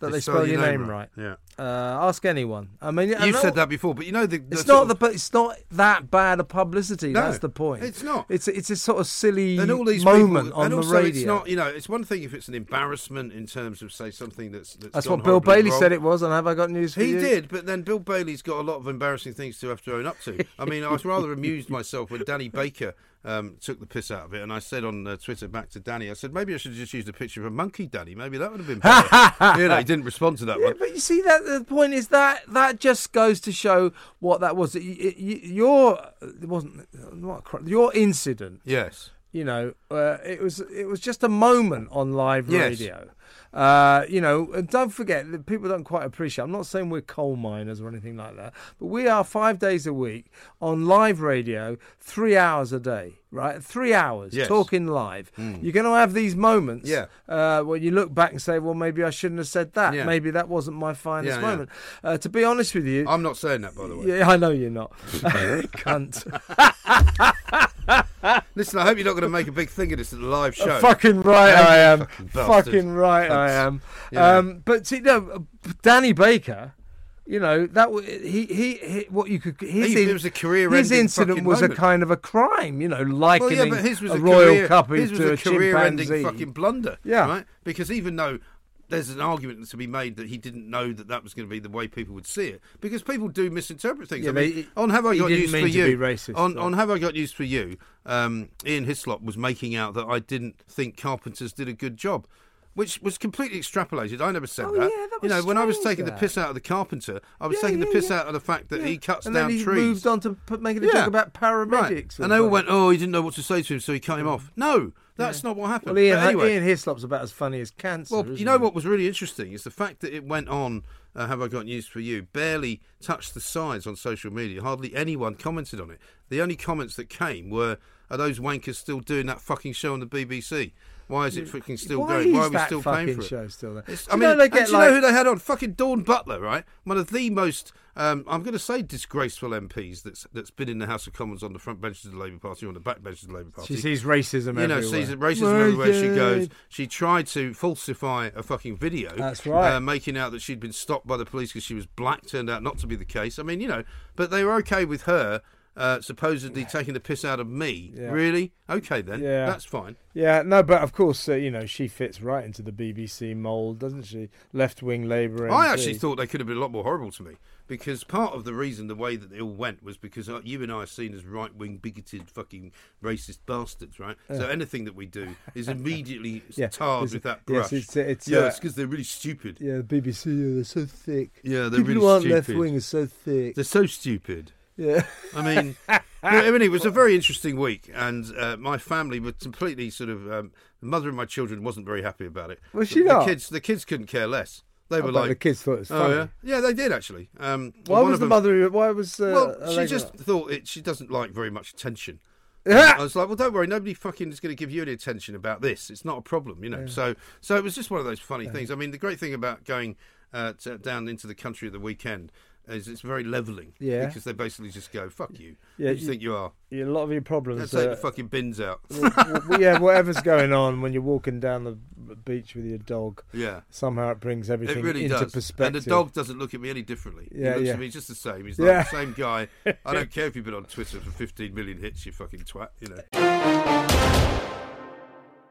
that they
spell
spell your name, right.
Yeah,
Uh, ask anyone. I mean, I
you've
know-
said that before, but you know the.
It's
sort
not
of-
the. pu- It's not that bad a publicity.
No,
that's the point.
it's not.
It's it's a sort of silly
and all these
moment
people,
on
and
the
also
radio.
It's not, you know, it's one thing if it's an embarrassment in terms of say something that's that's,
that's
gone
what Bill
horribly
Bailey
wrong.
said it was, and have I got news for
He
you?
did, but then Bill Bailey's got a lot of embarrassing things to have to own up to. I mean, I was rather amused myself when Danny Baker um, took the piss out of it, and I said on uh, Twitter back to Danny, I said maybe I should have just used a picture of a monkey, Danny. Maybe that would have been better. you know, he didn't respond to that
Yeah,
one.
but you see that the point is that that just goes to show what that was. Y- y- y- Your it wasn't not cr- your incident.
Yes.
You know, uh, it was it was just a moment on live
Yes.
radio, Uh, you know, and don't forget that people don't quite appreciate. I'm not saying we're coal miners or anything like that, but we are five days a week on live radio, three hours a day, right? Three hours
Yes. Hmm.
talking live. You're going to have these moments
Yeah.
uh, when you look back and say, well, maybe I shouldn't have said that.
Yeah.
Maybe that wasn't my
Yeah,
finest
Oh. yeah.
moment. Uh, to be honest with you,
I'm not saying that, by the way.
yeah, I know you're not. Cunt.
Listen, I hope you're not going to make a big thing of this at the live
Uh,
show.
Fucking right I am.
Fucking bastard.
Fucking right I am.
Yeah.
Um, but see, no, uh, Danny Baker. You know that w- he, he he what you could his
He- it was a career-ending
his incident
fucking
was
moment.
a kind of a crime. You know, likening
Well, yeah, but his was
a,
a,
royal
career,
cuppy
his was
to
a,
a
career-ending
chimpanzee.
fucking blunder.
Yeah.
right. Because even though there's an argument to be made that he didn't know that that was going to be the way people would see it, because people do misinterpret things.
Yeah,
I
but
mean,
he-
on Have I
he
Got
didn't
News
mean
for
to
You?
be racist,
on
so-
on Have I Got News for You? Um, Ian Hislop was making out that I didn't think carpenters did a good job. Which was completely extrapolated. I never said
Oh,
that.
yeah, that
you
was
know, when I was
strange,
taking the
that.
piss out of the carpenter, I was
Yeah,
taking the
yeah,
piss
yeah.
out of the fact that
Yeah.
he cuts
and
down
then he
trees.
moved on to put, making a joke about paramedics.
Right.
or
And they all
something.
went, oh, he didn't know what to say to him, so he cut him off. No, that's not what happened.
Well, Ian, uh,
But anyway,
Ian Hislop's about as funny as cancer.
well, you
isn't
know
he?
what was really interesting is the fact that it went on. Uh, Have I got news for you? Barely touched the sides on social media. Hardly anyone commented on it. The only comments that came were, "Are those wankers still doing that fucking show on the BBC? Why is it fucking still
Mm. Why
going? Why
is
are we
that
still
fucking
paying for it?"
show still there?
It's-
Do
I
you
mean,
know they
and
get
do you
like-
know who they had on? Fucking Dawn Butler, right? One of the most, um, I'm going to say, disgraceful MPs that's that's been in the House of Commons on the front benches of the Labour Party or on the back benches of the Labour Party.
She sees racism
you know,
everywhere.
sees racism everywhere she goes. She tried to falsify a fucking video.
That's right.
Uh, making out that she'd been stopped by the police because she was black. Turned out not to be the case. I mean, you know, but they were okay with her uh, supposedly taking the piss out of me.
Yeah.
Really? Okay then.
Yeah.
That's fine.
Yeah, no, but of course, uh, you know, she fits right into the BBC mould, doesn't she? Left wing Labour.
I
MP.
actually thought they could have been a lot more horrible to me because part of the reason the way that they all went was because uh, you and I are seen as right wing, bigoted, fucking racist bastards, right? So anything that we do is immediately
Yeah,
tarred
it's-
with that
yes,
brush.
it's- it's,
yeah,
uh,
because they're really stupid.
Yeah, the BBC, oh, they're so thick.
Yeah, they're
People
really
who aren't
stupid.
left wing are so thick.
They're so stupid.
Yeah.
I mean, no, I mean, it was a very interesting week, and uh, my family were completely sort of. Um, the mother of my children wasn't very happy about it.
Was
The-
she
the,
not?
kids, the kids couldn't care less. They
I
were
bet
like
the kids thought it was
Oh,
funny.
yeah, yeah, they did actually. Um,
Why
one
was
of
the
them-
mother? who- Why was? Uh,
Well, she
Allegra
just
not-
thought it. She doesn't like very much attention. I was like, well, don't worry, nobody fucking is going to give you any attention about this. It's not a problem, you know. So, so it was just one of those funny things. I mean, the great thing about going uh, to, down into the country at the weekend is it's very leveling.
Yeah.
Because they basically just go, fuck you.
Yeah,
Who do you
you-
think you are?
Yeah, a lot of your
Let's
problems.
take
uh,
the fucking bins out.
w- yeah, whatever's going on when you're walking down the b- beach with your dog,
yeah.
somehow it brings
It
everything
really
into
does.
perspective.
And the dog doesn't look at me any differently.
Yeah,
he looks
yeah.
at me just the same. He's
Yeah.
like the same guy. I don't care if you've been on Twitter for 15 million hits, you fucking twat, you know.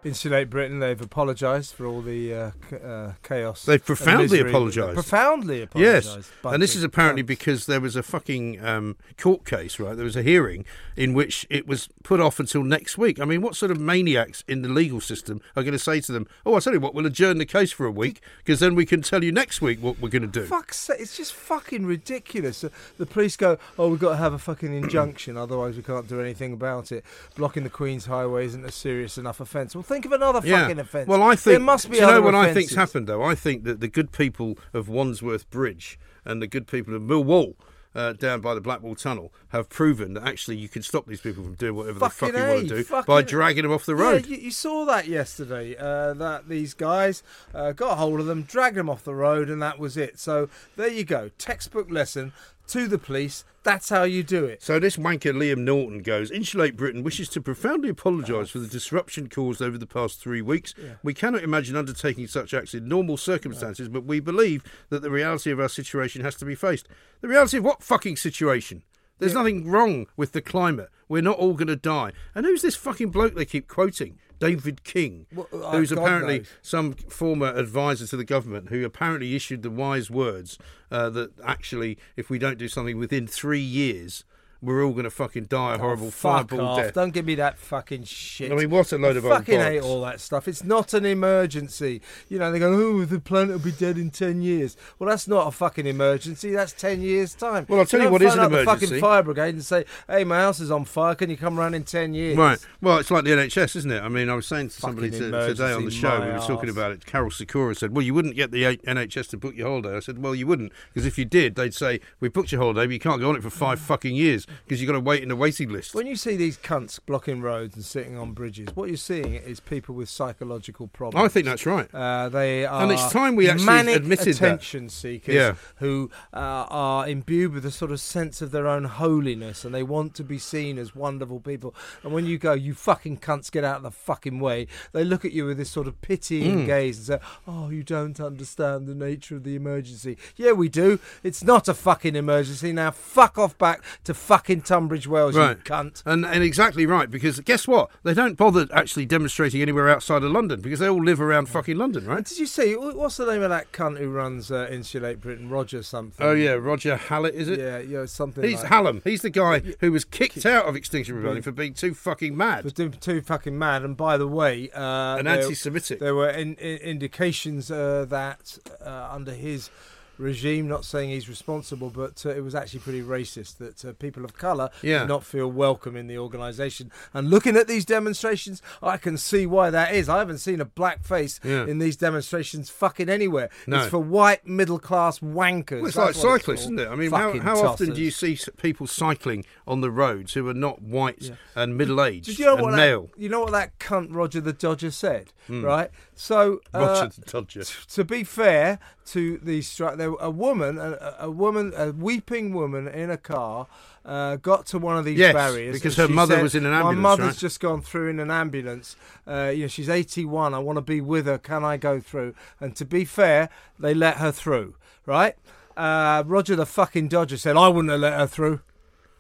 Insulate Britain. They've apologised for all the uh, c- uh, chaos.
They've
and
profoundly
misery. They've
apologised.
Profoundly apologised.
Yes,
bunch
and this
of
is apparently
cunts.
because there was a fucking um, court case, right? There was a hearing in which it was put off until next week. I mean, what sort of maniacs in the legal system are going to say to them, "Oh, I tell you what, we'll adjourn the case for a week because then we can tell you next week what we're going to do."
Fuck's sake, it's just fucking ridiculous. The- The police go, oh, we've got to have a fucking injunction, otherwise we can't do anything about it. Blocking the Queen's Highway isn't a serious enough offence. Well, think of another fucking offence.
Well, I think
there must be.
do you know
other
what I
offences.
think's happened though. I think that the good people of Wandsworth Bridge and the good people of Millwall. Uh, down by the Blackwall Tunnel, have proven that actually you can stop these people from doing whatever
Fucking
they fucking want
A,
to do by
fucking-
dragging them off the road.
Yeah, you, you saw that yesterday. Uh, that these guys uh, got hold of them, dragged them off the road, and that was it. So there you go, textbook lesson to the police. That's how you do it.
So this wanker Liam Norton goes, Insulate Britain wishes to profoundly apologise for the disruption caused over the past three weeks. We cannot imagine undertaking such acts in normal circumstances, but we believe that the reality of our situation has to be faced. The reality of what fucking situation? There's nothing wrong with the climate. We're not all going to die. And who's this fucking bloke they keep quoting? David King,
Well, uh,
who's
God
apparently
knows.
some former advisor to the government who apparently issued the wise words uh, that actually, if we don't do something within three years, we're all going to fucking die a horrible
Oh, Fuck
fireball
off.
death.
Don't give me that fucking shit.
I mean, what a load of
I fucking
old
hate
bollocks.
all that stuff. It's not an emergency. You know, they go, oh, the planet will be dead in 10 years. Well, that's not a fucking emergency. That's 10 years' time.
Well, I'll tell you
don't
what is
phone
an
up the fucking
emergency.
fire brigade and say, hey, my house is on fire. Can you come round in 10 years?
Right. Well, it's like the NHS, isn't it? I mean, I was saying to somebody
Fucking
to, today on the
emergency,
show,
my
we were talking
arse.
about it. Carol Sakura said, Well, you wouldn't get the A- NHS to book your holiday. I said, Well, you wouldn't, because if you did, they'd say, We booked your holiday, but you can't go on it for five fucking years because you've got to wait in the waiting list.
When you see these cunts blocking roads and sitting on bridges, what you're seeing is people with psychological problems.
I think that's right.
Uh, they are
And it's time we actually
manic
admitted that.
attention seekers
Yeah.
who uh, are imbued with a sort of sense of their own holiness and they want to be seen as wonderful people. And when you go, you fucking cunts, get out of the fucking way, they look at you with this sort of pitying
Mm.
gaze and say, Oh, you don't understand the nature of the emergency. Yeah, we do. It's not a fucking emergency. Now fuck off back to fucking Tunbridge Wells, you cunt.
And, and exactly right, because guess what? They don't bother actually demonstrating anywhere outside of London because they all live around fucking London, right?
Did you see what's the name of that cunt who runs uh, Insulate Britain? Roger something.
Oh, yeah, Roger Hallett, is it?
Yeah, yeah, something.
He's
like
Hallam. He's the guy who was kicked out of Extinction Rebellion for being too fucking mad.
was doing too fucking mad. And by the way, uh,
An
there-
anti-Semitic.
There were in, in, indications uh, that uh, under his regime, not saying he's responsible, but uh, it was actually pretty racist that uh, people of colour
Yeah.
did not feel welcome in the organisation. And looking at these demonstrations, I can see why that is. I haven't seen a black face
Yeah.
in these demonstrations fucking anywhere.
No.
It's for white middle class wankers.
Well, it's like
That's what
cyclists, isn't
called.
it? I mean, how,
Fucking
how often
tossers.
do you see s- people cycling on the roads who are not white and middle aged
Did you know
and
what
male?
That, you know what that cunt Roger the Dodger said, right? So uh,
Hmm. Roger the Dodger.
t- to be fair to the strike, there a woman, a, a woman, a weeping woman in a car. Uh, got to one of these
Yes,
barriers
because
and
her
she
mother
said,
was in an
My
ambulance,
mother's
right?"
just gone through in an ambulance. Uh, you know, she's 81. I want to be with her. Can I go through? And to be fair, they let her through, right? Uh, Roger the fucking Dodger said, "I wouldn't have let her through."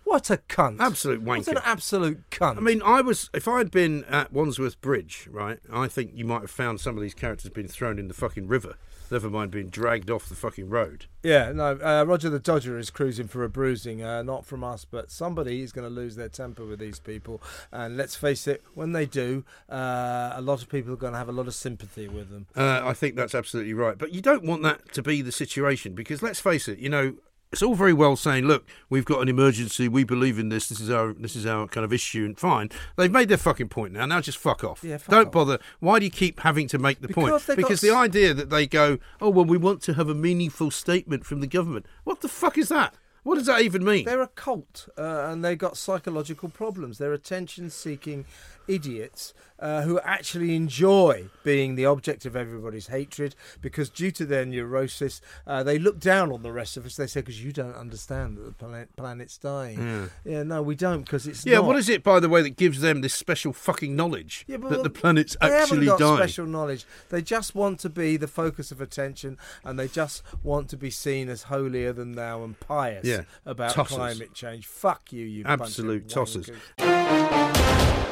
What a cunt!
Absolute
What an
wanker.
absolute cunt!
I mean, I was if I had been at Wandsworth Bridge, right? I think you might have found some of these characters being thrown in the fucking river. Never mind being dragged off the fucking road.
Yeah, no. Uh, Roger the Dodger is cruising for a bruising, uh, not from us, but somebody is going to lose their temper with these people. And let's face it, when they do, uh, a lot of people are going to have a lot of sympathy with them.
Uh, I think that's absolutely right. But you don't want that to be the situation because let's face it, you know, it's all very well saying, look, we've got an emergency, we believe in this, this is our this is our kind of issue and fine. They've made their fucking point now. Now just fuck off.
Yeah, fuck
don't
off.
bother. Why do you keep having to make the
Because
point?
they got
Because
s-
the idea that they go, oh well we want to have a meaningful statement from the government. What the fuck is that? What does that even mean?
They're a cult, uh, and they've got psychological problems. They're attention-seeking idiots uh, who actually enjoy being the object of everybody's hatred because, due to their neurosis, uh, they look down on the rest of us. They say, "Because you don't understand that the planet, planet's dying." Yeah, no, we don't, because it's
Hmm. yeah,
Not.
what is it, by the way, that gives them this special fucking knowledge
Yeah, but
that
well,
the planet's
they
actually
haven't got
dying?
special knowledge. They just want to be the focus of attention, and they just want to be seen as holier than thou and pious
Yeah,
about
tossers.
climate change. Fuck you, you bunch of
Absolute tossers.
wankers.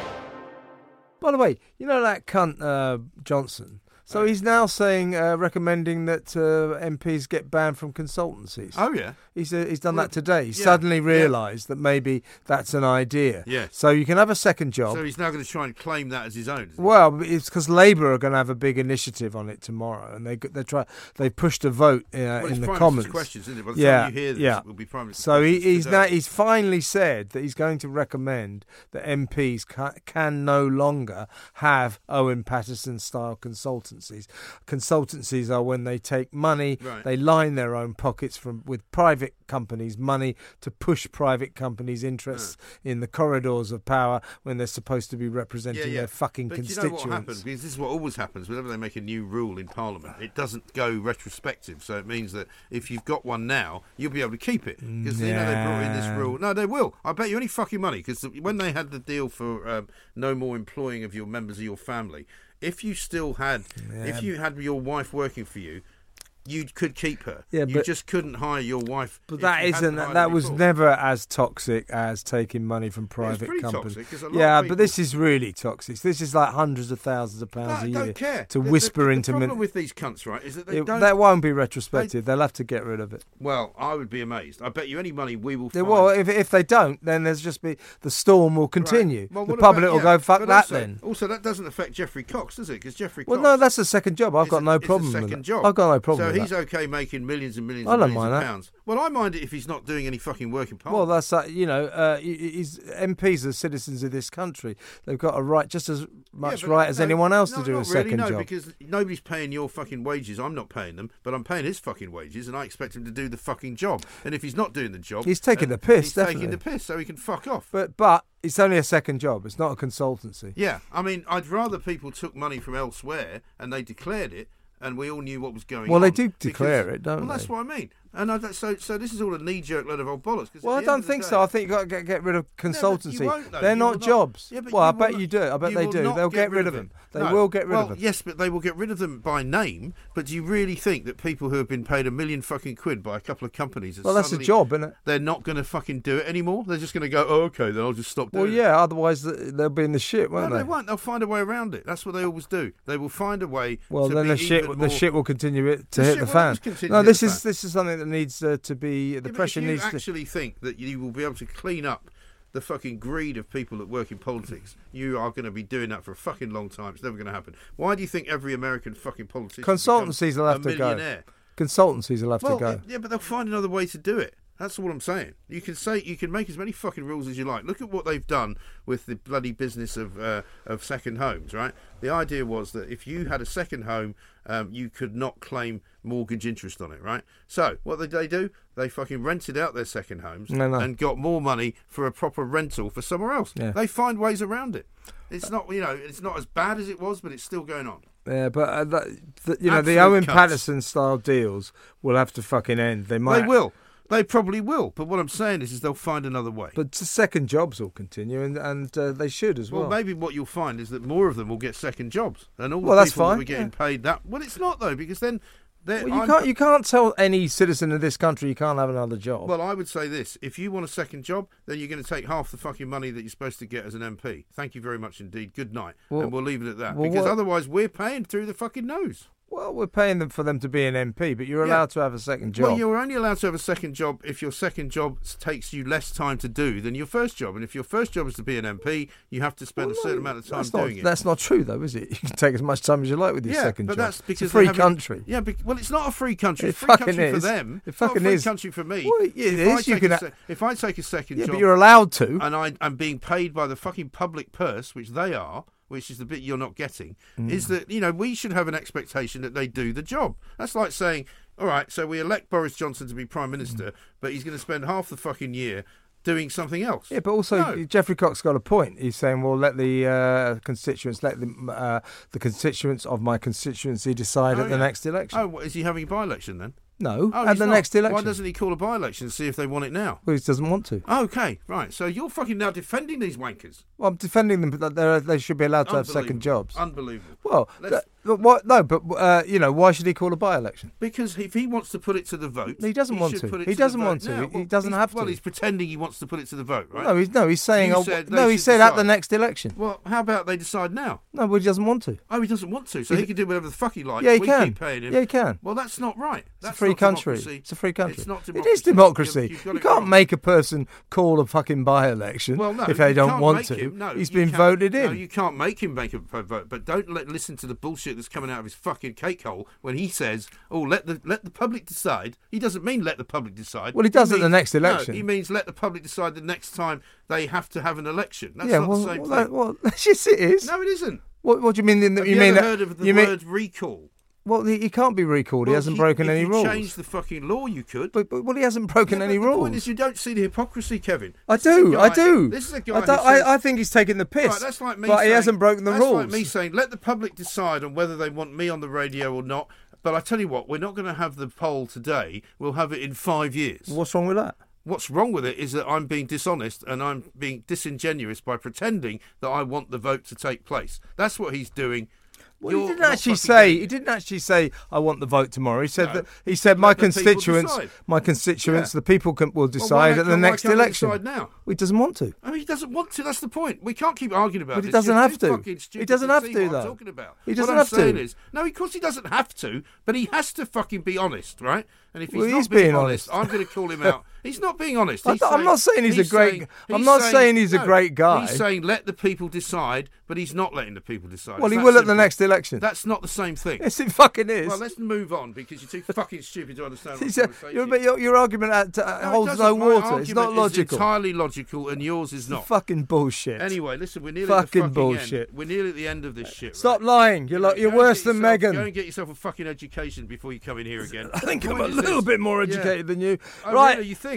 By the way, you know that cunt uh, Johnson. So he's now saying, uh, recommending that uh, MPs get banned from consultancies.
Oh yeah.
He's, uh, he's done
Well,
that today. He
yeah,
suddenly
yeah.
realised that maybe that's an idea.
Yes.
So you can have a second job.
So he's now going to try and claim that as his own. isn't he?
Well, it's because Labour are going to have a big initiative on it tomorrow, and they they try they pushed a vote uh,
Well, it's
in the
Prime Minister's
Commons.
questions, isn't it? By the
yeah,
time you hear this,
yeah.
it will be Prime Minister's
so he,
questions
he's
today.
now, he's finally said that he's going to recommend that MPs ca- can no longer have Owen Paterson style consultancies. Consultancies are when they take money,
Right.
they line their own pockets from with private companies' money to push private companies' interests in the corridors of power when they're supposed to be representing their fucking
but
constituents.
you know what happens? Because this is what always happens. Whenever they make a new rule in Parliament, it doesn't go retrospective. So it means that if you've got one now, you'll be able to keep it because you know they brought in this
Nah.
rule. No, they will. I bet you any fucking money because when they had the deal for um, no more employing of your members of your family, if you still had, if you had your wife working for you. you could keep her.
Yeah,
you
but-
just couldn't hire your wife.
But
if
that
you hadn't
isn't
hired her
that, that was
before.
never as toxic as taking money from private
pretty
companies.
toxic, 'cause a lot of
yeah,
people-
but this is really toxic. This is like hundreds of thousands of pounds
I
a year
don't care.
uh, to
The- the-
whisper
the,
into
problem
min-
with these cunts, right? Is that they
It-
don't.
that won't be retrospective. They'll have to get rid of it.
well, I would be amazed. I bet you any money we will.
They-
Find
well, if, if they don't, then there's just be the storm will continue.
Right. Well,
the
what about-
public will
yeah,
go fuck
but
that
also-
then.
Also, that doesn't affect Jeffrey Cox, does it? Because Jeffrey
Well,
Cox
no, that's a second job. I've
is
got
a-
no
is a
problem.
second
with that.
job.
I've got no
So
problem. with
he's
that.
okay making millions and millions
I
and
don't
millions
mind
of
that.
pounds. Well, I mind it if he's not doing any fucking work in
Well,
Parliament.
that's uh, you know, uh, he- he's MPs are citizens of this country. They've got a right, just as
Yeah,
much
but
right as
no,
anyone else
no,
to do
not
a second
really, no,
job.
because nobody's paying your fucking wages. I'm not paying them, but I'm paying his fucking wages, and I expect him to do the fucking job. And if he's not doing the job,
He's taking
then
the piss,
He's taking
definitely.
the piss, so he can fuck off.
But but it's only a second job. It's not a consultancy.
Yeah, I mean, I'd rather people took money from elsewhere and they declared it, and we all knew what was going
Well,
on.
they do declare it, don't
well, that's
they?
what I mean. And I, don't- so, so this is all a knee-jerk load of old bollocks. 'cause at
Well,
the
I
end
don't
of the
think
day-
so. I think you've got to get, get rid of
No, but you
consultancy.
won't, though.
They're
You will
not jobs.
Yeah, but
well, I
will
bet
not-
you do. I bet
you
they
will
do.
not
They'll get, rid of them. They
No.
will get rid
well,
of them.
Yes, but they will get rid of them by name. But do you really think that people who have been paid a million fucking quid by a couple of companies? are
Well, that's a
suddenly-
job, innit?
They're not going to fucking do it anymore. They're just going to go, oh, okay, then I'll just stop doing
Well,
it.
yeah. Otherwise, th- they'll be in the shit, won't
No, they? won't. They'll find a way around it. That's what they always do. They will find a way.
Well,
to
then
be
the shit,
even
the
more-
shit will continue it to
The
hit
shit
the
will
fan.
always continue to
No,
hit
this
the
is
fan.
this is something that needs uh, to be. The
Yeah, but
pressure
if you
needs to.
actually think that you will be able to clean up the fucking greed of people that work in politics. You are going to be doing that for a fucking long time. It's never going to happen. Why do you think every American fucking politician becomes
Consultancies will have
a
to go.
millionaire?
Consultancies will have
Well,
to go.
yeah, but they'll find another way to do it. That's all I'm saying. You can say you can make as many fucking rules as you like. Look at what they've done with the bloody business of uh, of second homes, right? The idea was that if you had a second home, um, you could not claim mortgage interest on it, right? So what did they do? They fucking rented out their second homes
No, no.
and got more money for a proper rental for somewhere else.
Yeah.
They find ways around it. It's not you know it's not as bad as it was, but it's still going on.
Yeah, but uh, that, th you know
Absolute
the Owen
cunts.
Patterson style deals will have to fucking end. They might.
They will. They probably will. But what I'm saying is, is they'll find another way.
But the second jobs will continue, and and uh, they should as well.
Well, maybe what you'll find is that more of them will get second jobs, and all
Well,
the
that's
people
fine,
that were getting paid that. Well, it's not though, because then, they're-
Well, you
I'm-
can't you can't tell any citizen of this country you can't have another job.
Well, I would say this: if you want a second job, then you're going to take half the fucking money that you're supposed to get as an MP. Thank you very much indeed. Good night,
Well-
and we'll leave it at that.
well,
because
what-
otherwise, we're paying through the fucking nose.
Well, we're paying them for them to be an MP, but you're
Yeah.
allowed to have a second job.
Well, you're only allowed to have a second job if your second job s- takes you less time to do than your first job, and if your first job is to be an MP, you have to spend
Well,
a certain
no,
amount of time
that's
doing
not,
it.
That's not true, though, is it? You can take as much time as you like with your second
but
job.
that's because
it's a
they're
free
having-
country.
Yeah, bec- well, it's not a free country.
It
It's a free
fucking
country for
is.
them.
It
It's not
fucking
a free
is.
country for me.
Well, it
If
is.
I
You
take
can
a
ha-
se- if I take a second
Yeah,
job,
but you're allowed to.
and I, I'm being paid by the fucking public purse, which they are, which is the bit you're not getting,
Mm.
is that, you know, we should have an expectation that they do the job. That's like saying, all right, so we elect Boris Johnson to be Prime
Mm.
Minister, but he's going to spend half the fucking year doing something else.
Yeah, but also
No.
Jeffrey Cox got a point. He's saying, "Well, let the uh, constituents, let the uh, the constituents of my constituency decide
Oh,
at
yeah.
the next election."
Oh, what, is he having a by election then?
no,
Oh,
at
he's
the
not.
next election.
Why doesn't he call a by election and see if they want it now?
well, he doesn't want to.
Okay, right. So you're fucking now defending these wankers.
Well, I'm defending them, but they're- they should be allowed to have second
Unbelievable.
jobs.
Unbelievable.
well,
Let's-
th- what? No, but uh, you know, why should he call a by-election?
because if he wants to put it to the vote,
He doesn't want
should
to.
put it
He
the
doesn't
vote
want to.
now.
He- he
Well,
doesn't
he's-
have to.
Well, he's pretending he wants to put it to the vote, right?
No, he's no, he's saying.
You
oh,
said
no,
they
he
should
said at the
decide.
next election.
Well, how about they decide now?
No, but he doesn't want to.
Oh, he doesn't want to, so he can do whatever the fuck he likes.
Yeah, he
we
can.
Keep paying him.
Yeah, he can.
Well, that's not right.
It's a
That's
free
not
country.
democracy.
It's a free country.
It's not
It
democracy.
is democracy.
You've- you've
You,
got it
can't
wrong.
make a person call a fucking by-election
Well, no,
if they
you
don't
can't
want
make
to.
Him. No,
He's
you
been
can't-
voted in.
No, you can't make him make a p- vote. But don't let listen to the bullshit that's coming out of his fucking cake hole when he says, "Oh, let the let the public decide." He doesn't mean let the public decide.
Well, he does at the
means-
next
no,
election.
he means let the public decide the next time they have to have an election. That's
yeah,
not
well,
the same
well,
thing.
that- well, yes, it is.
no, it isn't.
What, what do you mean? in the-
Have
you
you,
mean
ever
that-
heard of the
you mean-
word recall?
Well, he, he can't be recalled. he
Well,
hasn't
if
broken
if
any
you
rules.
Change the fucking law, you could.
But, but well, he hasn't broken
Yeah,
any
but The
rules.
point is, you don't see the hypocrisy, Kevin.
I
This is a
do, I
guy-
do.
This is a guy.
I,
who
don't- I,
says-
I think he's taking the piss.
Right, that's like me.
but he
saying-
hasn't broken the
that's
rules.
like me saying, let the public decide on whether they want me on the radio or not. But I tell you what, we're not going to have the poll today. We'll have it in five years.
What's wrong with that?
What's wrong with it is that I'm being dishonest and I'm being disingenuous by pretending that I want the vote to take place. That's what he's doing.
Well, he
You're
didn't
not
actually
fucking
say.
doing-
He didn't actually say. I want the vote tomorrow. He said
No.
that. He said my
Let the people
constituents,
decide.
my constituents,
Yeah.
the people can, will
why
decide
don't-
at the
why
next
can't they
election.
decide now?
He doesn't want to.
I mean, he doesn't want to. That's the point. We can't keep arguing about
But he
it.
doesn't
It's
have
too
to.
fucking
He
stupid
doesn't
to
have
see
to,
what
though.
I'm talking about.
He
What
doesn't
I'm
have to.
saying Is, no, of course he doesn't have to, but he has to fucking be honest, right? And if he's
Well,
not
he's
being,
being
honest,
honest.
I'm going to call him out. He's not being honest.
I
He's
th- I'm not saying he's a great- I'm
he's
not saying he's a great guy.
He's saying let the people decide, but he's not letting the people decide.
Well,
It's
he
that
will at the
simple.
next election.
That's not the same thing.
Yes, it fucking is.
Well, let's move on because you're too fucking stupid to understand.
He
What
said-
I'm trying to say
your,
to
but
you.
your, your argument uh, uh,
No, it
holds no
doesn't. My
water. It's
argument
not
is
logical.
entirely logical, and yours is not.
Fucking bullshit.
Anyway, listen, we're nearly
Fucking
at the fucking
bullshit.
End. We're nearly at the end of this shit.
Stop
right?
lying. You're
You know,
like, you're
go and
worse
get
than
yourself-
Megan.
Go and get yourself a fucking education before you come in here again.
I think
The
I'm a
point is
little
this.
bit more
Yeah.
educated than you.
Oh,
right.
really? you think?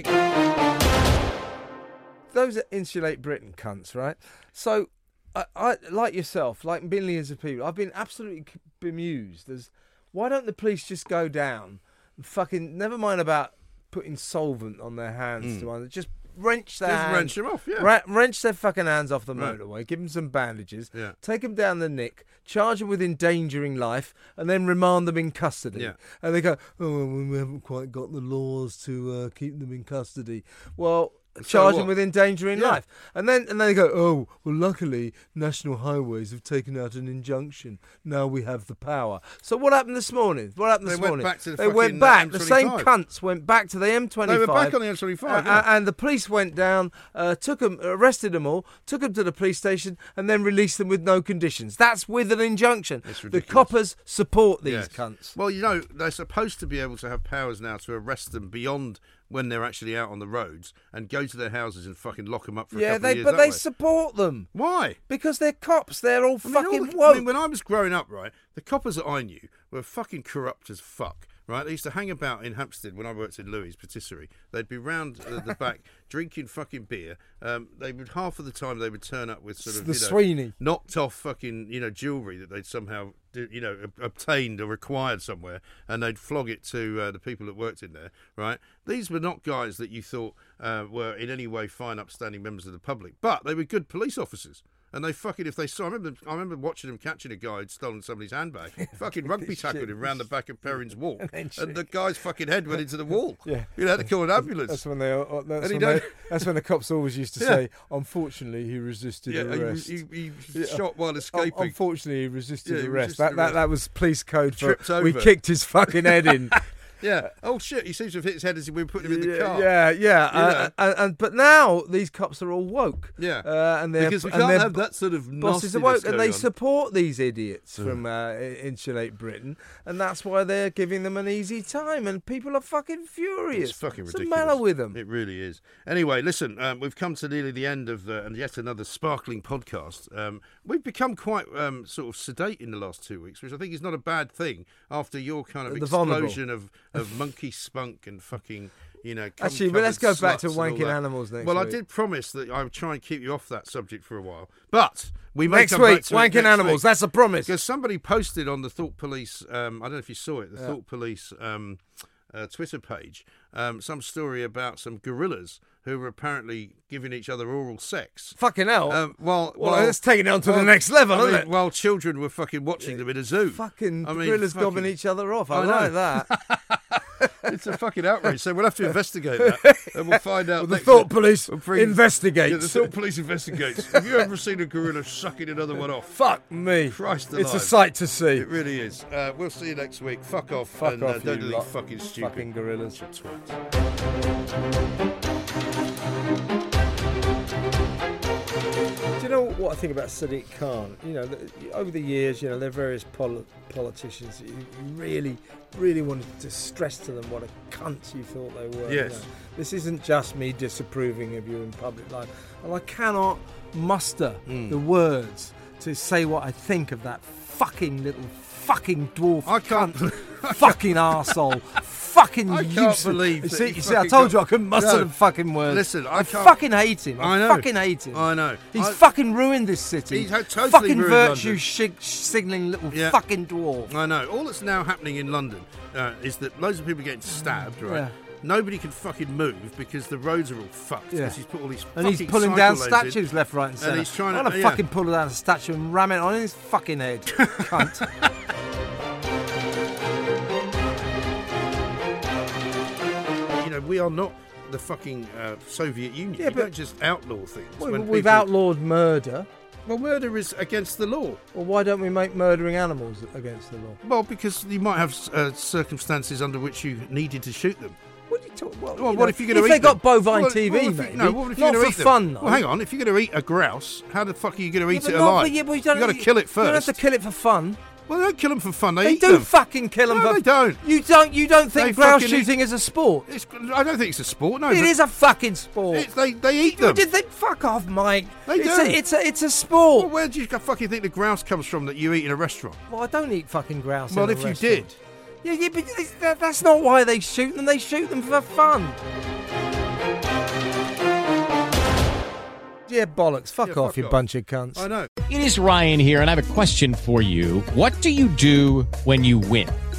those are insulate Britain cunts, right? So, I, I like yourself, like millions of people, I've been absolutely c- bemused. As why don't the police just go down? And fucking never mind about putting solvent on their hands to either just wrench their
Hmm. Just
hands-
wrench 'em off, yeah.
ra- wrench their fucking hands off the
Right.
motorway, give them some bandages,
Yeah.
take them down the nick, charge them with endangering life, and then remand them in custody.
Yeah.
And they go, oh, well, we haven't quite got the laws to uh, keep them in custody. Well. Charge them
what?
with endangering
Yeah.
life. And then and they go, oh, well, luckily National Highways have taken out an injunction. Now we have the power. So what happened this morning? What happened
They
this
went
morning?
back to the
they went
fucking
back. The same
M25.
cunts went back to the M25.
They were back on the M25,
uh,
yeah.
And the police went down, uh, took them, arrested them all, took them to the police station, and then released them with no conditions. That's with an injunction. The
ridiculous.
coppers support these
Yes.
cunts.
Well, you know, they're supposed to be able to have powers now to arrest them beyond when they're actually out on the roads and go to their houses and fucking lock them up for a
yeah,
couple of
they
years
but
that
they
way.
support them
Why?
because they're cops. They're all
I mean, all
fucking
the-
woke.
I mean, when I was growing up, right, the coppers that I knew were fucking corrupt as fuck. Right, they used to hang about in Hampstead when I worked in Louis' patisserie. They'd be round the, the back drinking fucking beer. Um, they would half of the time they would turn up with sort of
The
you know,
Sweeney.
knocked off fucking you know jewelry that they'd somehow do- you know ob- obtained or acquired somewhere, and they'd flog it to uh, the people that worked in there. Right, these were not guys that you thought uh, were in any way fine, upstanding members of the public, but they were good police officers. And they fucking if they saw, I remember I remember watching them catching a guy who'd stolen somebody's handbag. fucking rugby tackled him round the back of Perrin's Walk, and, the guy's fucking head went into the wall.
Yeah.
you know, had to call an ambulance.
That's when they. uh, That's,
And he
when they
don't-
that's when the cops always used to
Yeah.
say, "Unfortunately, he resisted
yeah, he was-
arrest."
he, he,
Yeah.
shot while
Un-
escaping.
Unfortunately, he resisted
Yeah, he
arrest.
resisted
that, that
arrest.
that was police code for
Tripped
we
over.
kicked his fucking head in.
Yeah. Oh shit! He seems to have hit his head as we were putting him in the
Uh, yeah,
car.
yeah, yeah.
You
Uh, and, and but now these cops are all woke.
Yeah.
uh, and they're
because we
and
can't
their
have
b-
that sort of
Bosses are
nastiness
woke, and
going
they
on.
support these idiots from uh, I- Insulate Britain, and that's why they're giving them an easy time. And people are fucking furious.
It's fucking
What's
ridiculous.
the matter with them?
It really is. Anyway, listen, um, we've come to nearly the end of the, and yet another sparkling podcast. Um, we've become quite um, sort of sedate in the last two weeks, which I think is not a bad thing after your kind of
The vulnerable.
explosion of, of monkey spunk and fucking. You know, cum
Actually, well, let's
covered
go back to
sluts and all
wanking
that.
animals next
Well, I
week.
did promise that I would try and keep you off that subject for a while, but we may
next
come back
week,
to it next
wanking animals.
week.
That's a promise.
Because somebody posted on the Thought Police, um, I don't know if you saw it, the Thought Police um, uh, Twitter page, um, some story about some gorillas who were apparently giving each other oral sex.
Fucking hell.
Um, well,
Well,
well,
let's take it down to the next level,
I mean,
isn't it?
While children were fucking watching them in a zoo.
Fucking
I mean,
gorillas
fucking-
gobbing each other off. I,
I know.
like that.
It's a fucking outrage. So we'll have to investigate that, and we'll find out.
the
next
thought
week.
police
We'll bring-
investigates.
Yeah, the thought police investigates. Have you ever seen a gorilla sucking another one off?
Fuck me.
Christ
it's a
alive.
sight to see.
It really is. Uh, we'll see you next week. Fuck off.
Fuck
and,
off,
uh, don't
you
do anything
lot.
fucking stupid.
Fucking gorillas.
Bunch of twats.
Do you know what I think about Sadiq Khan? You know, th- over the years, you know, there are various pol- politicians who really, really wanted to stress to them what a cunt you thought they were. you
Yes.
know. This isn't just me disapproving of you in public life. And I cannot muster
Hmm.
the words to say what I think of that fucking little fucking dwarf
I can't
cunt, fucking arsehole, fucking
I can't
useless.
believe
You
that
see,
he
you see I
fucking
told
got-
you I couldn't muster
No.
the fucking words.
Listen, I can't-
fucking hate him. I,
I know.
fucking hate him.
I know.
He's
I-
fucking ruined this city.
He's had totally
fucking
ruined
virtue
London.
shi- signaling little
Yeah.
fucking dwarf.
I know. All that's now happening in London uh, is that loads of people are getting stabbed, right?
Yeah.
Nobody can fucking move because the roads are all fucked.
Yeah.
Because he's put all these
And he's
fucking
pulling down
cycle lanes in.
statues left, right, and
And
centre.
he's trying
I
to-
want to
yeah.
fucking pull down a statue and ram it on his fucking head. Cunt.
You know, we are not the fucking uh, Soviet Union.
Yeah,
you
but-
don't just outlaw things.
Well,
when
we've
people-
outlawed murder.
Well, murder is against the law.
Well, why don't we make murdering animals against the law?
Well, because you might have uh, circumstances under which you needed to shoot them.
What are you talking about?
Well, what if you're going to
If
eat
they got
them?
bovine
Well,
TV,
well, if you-
maybe.
No, what if
Not
you're going to
for
eat them?
fun, though.
Well, hang on. If you're going to eat a grouse, how the fuck are you going to
Yeah,
eat
but
it
not-
alive?
but yeah, but you
you
don't-
got to kill it
You don't
first.
have to kill it for fun.
Well, they don't kill them for fun. They,
They
eat
do
them.
fucking kill them.
No,
for
they don't.
You don't. You don't think
They
grouse
fucking eat-
shooting is a sport?
It's, I don't think it's a sport. No,
It
but
is a fucking sport.
it's- they they eat
you
them.
did think? Fuck off, Mike.
They
it's
do.
A, it's a it's a sport.
Well, where do you fucking think the grouse comes from that you eat in a restaurant?
Well, I don't eat fucking grouse. in
Well,
a
if you did.
restaurant. Yeah, yeah, but it's- that, that's not why they shoot them. They shoot them for fun. Yeah, bollocks. Fuck
Yeah,
off,
fuck
you
off.
bunch of cunts.
I know.
It is Ryan here, and I have a question for you. What do you do when you win?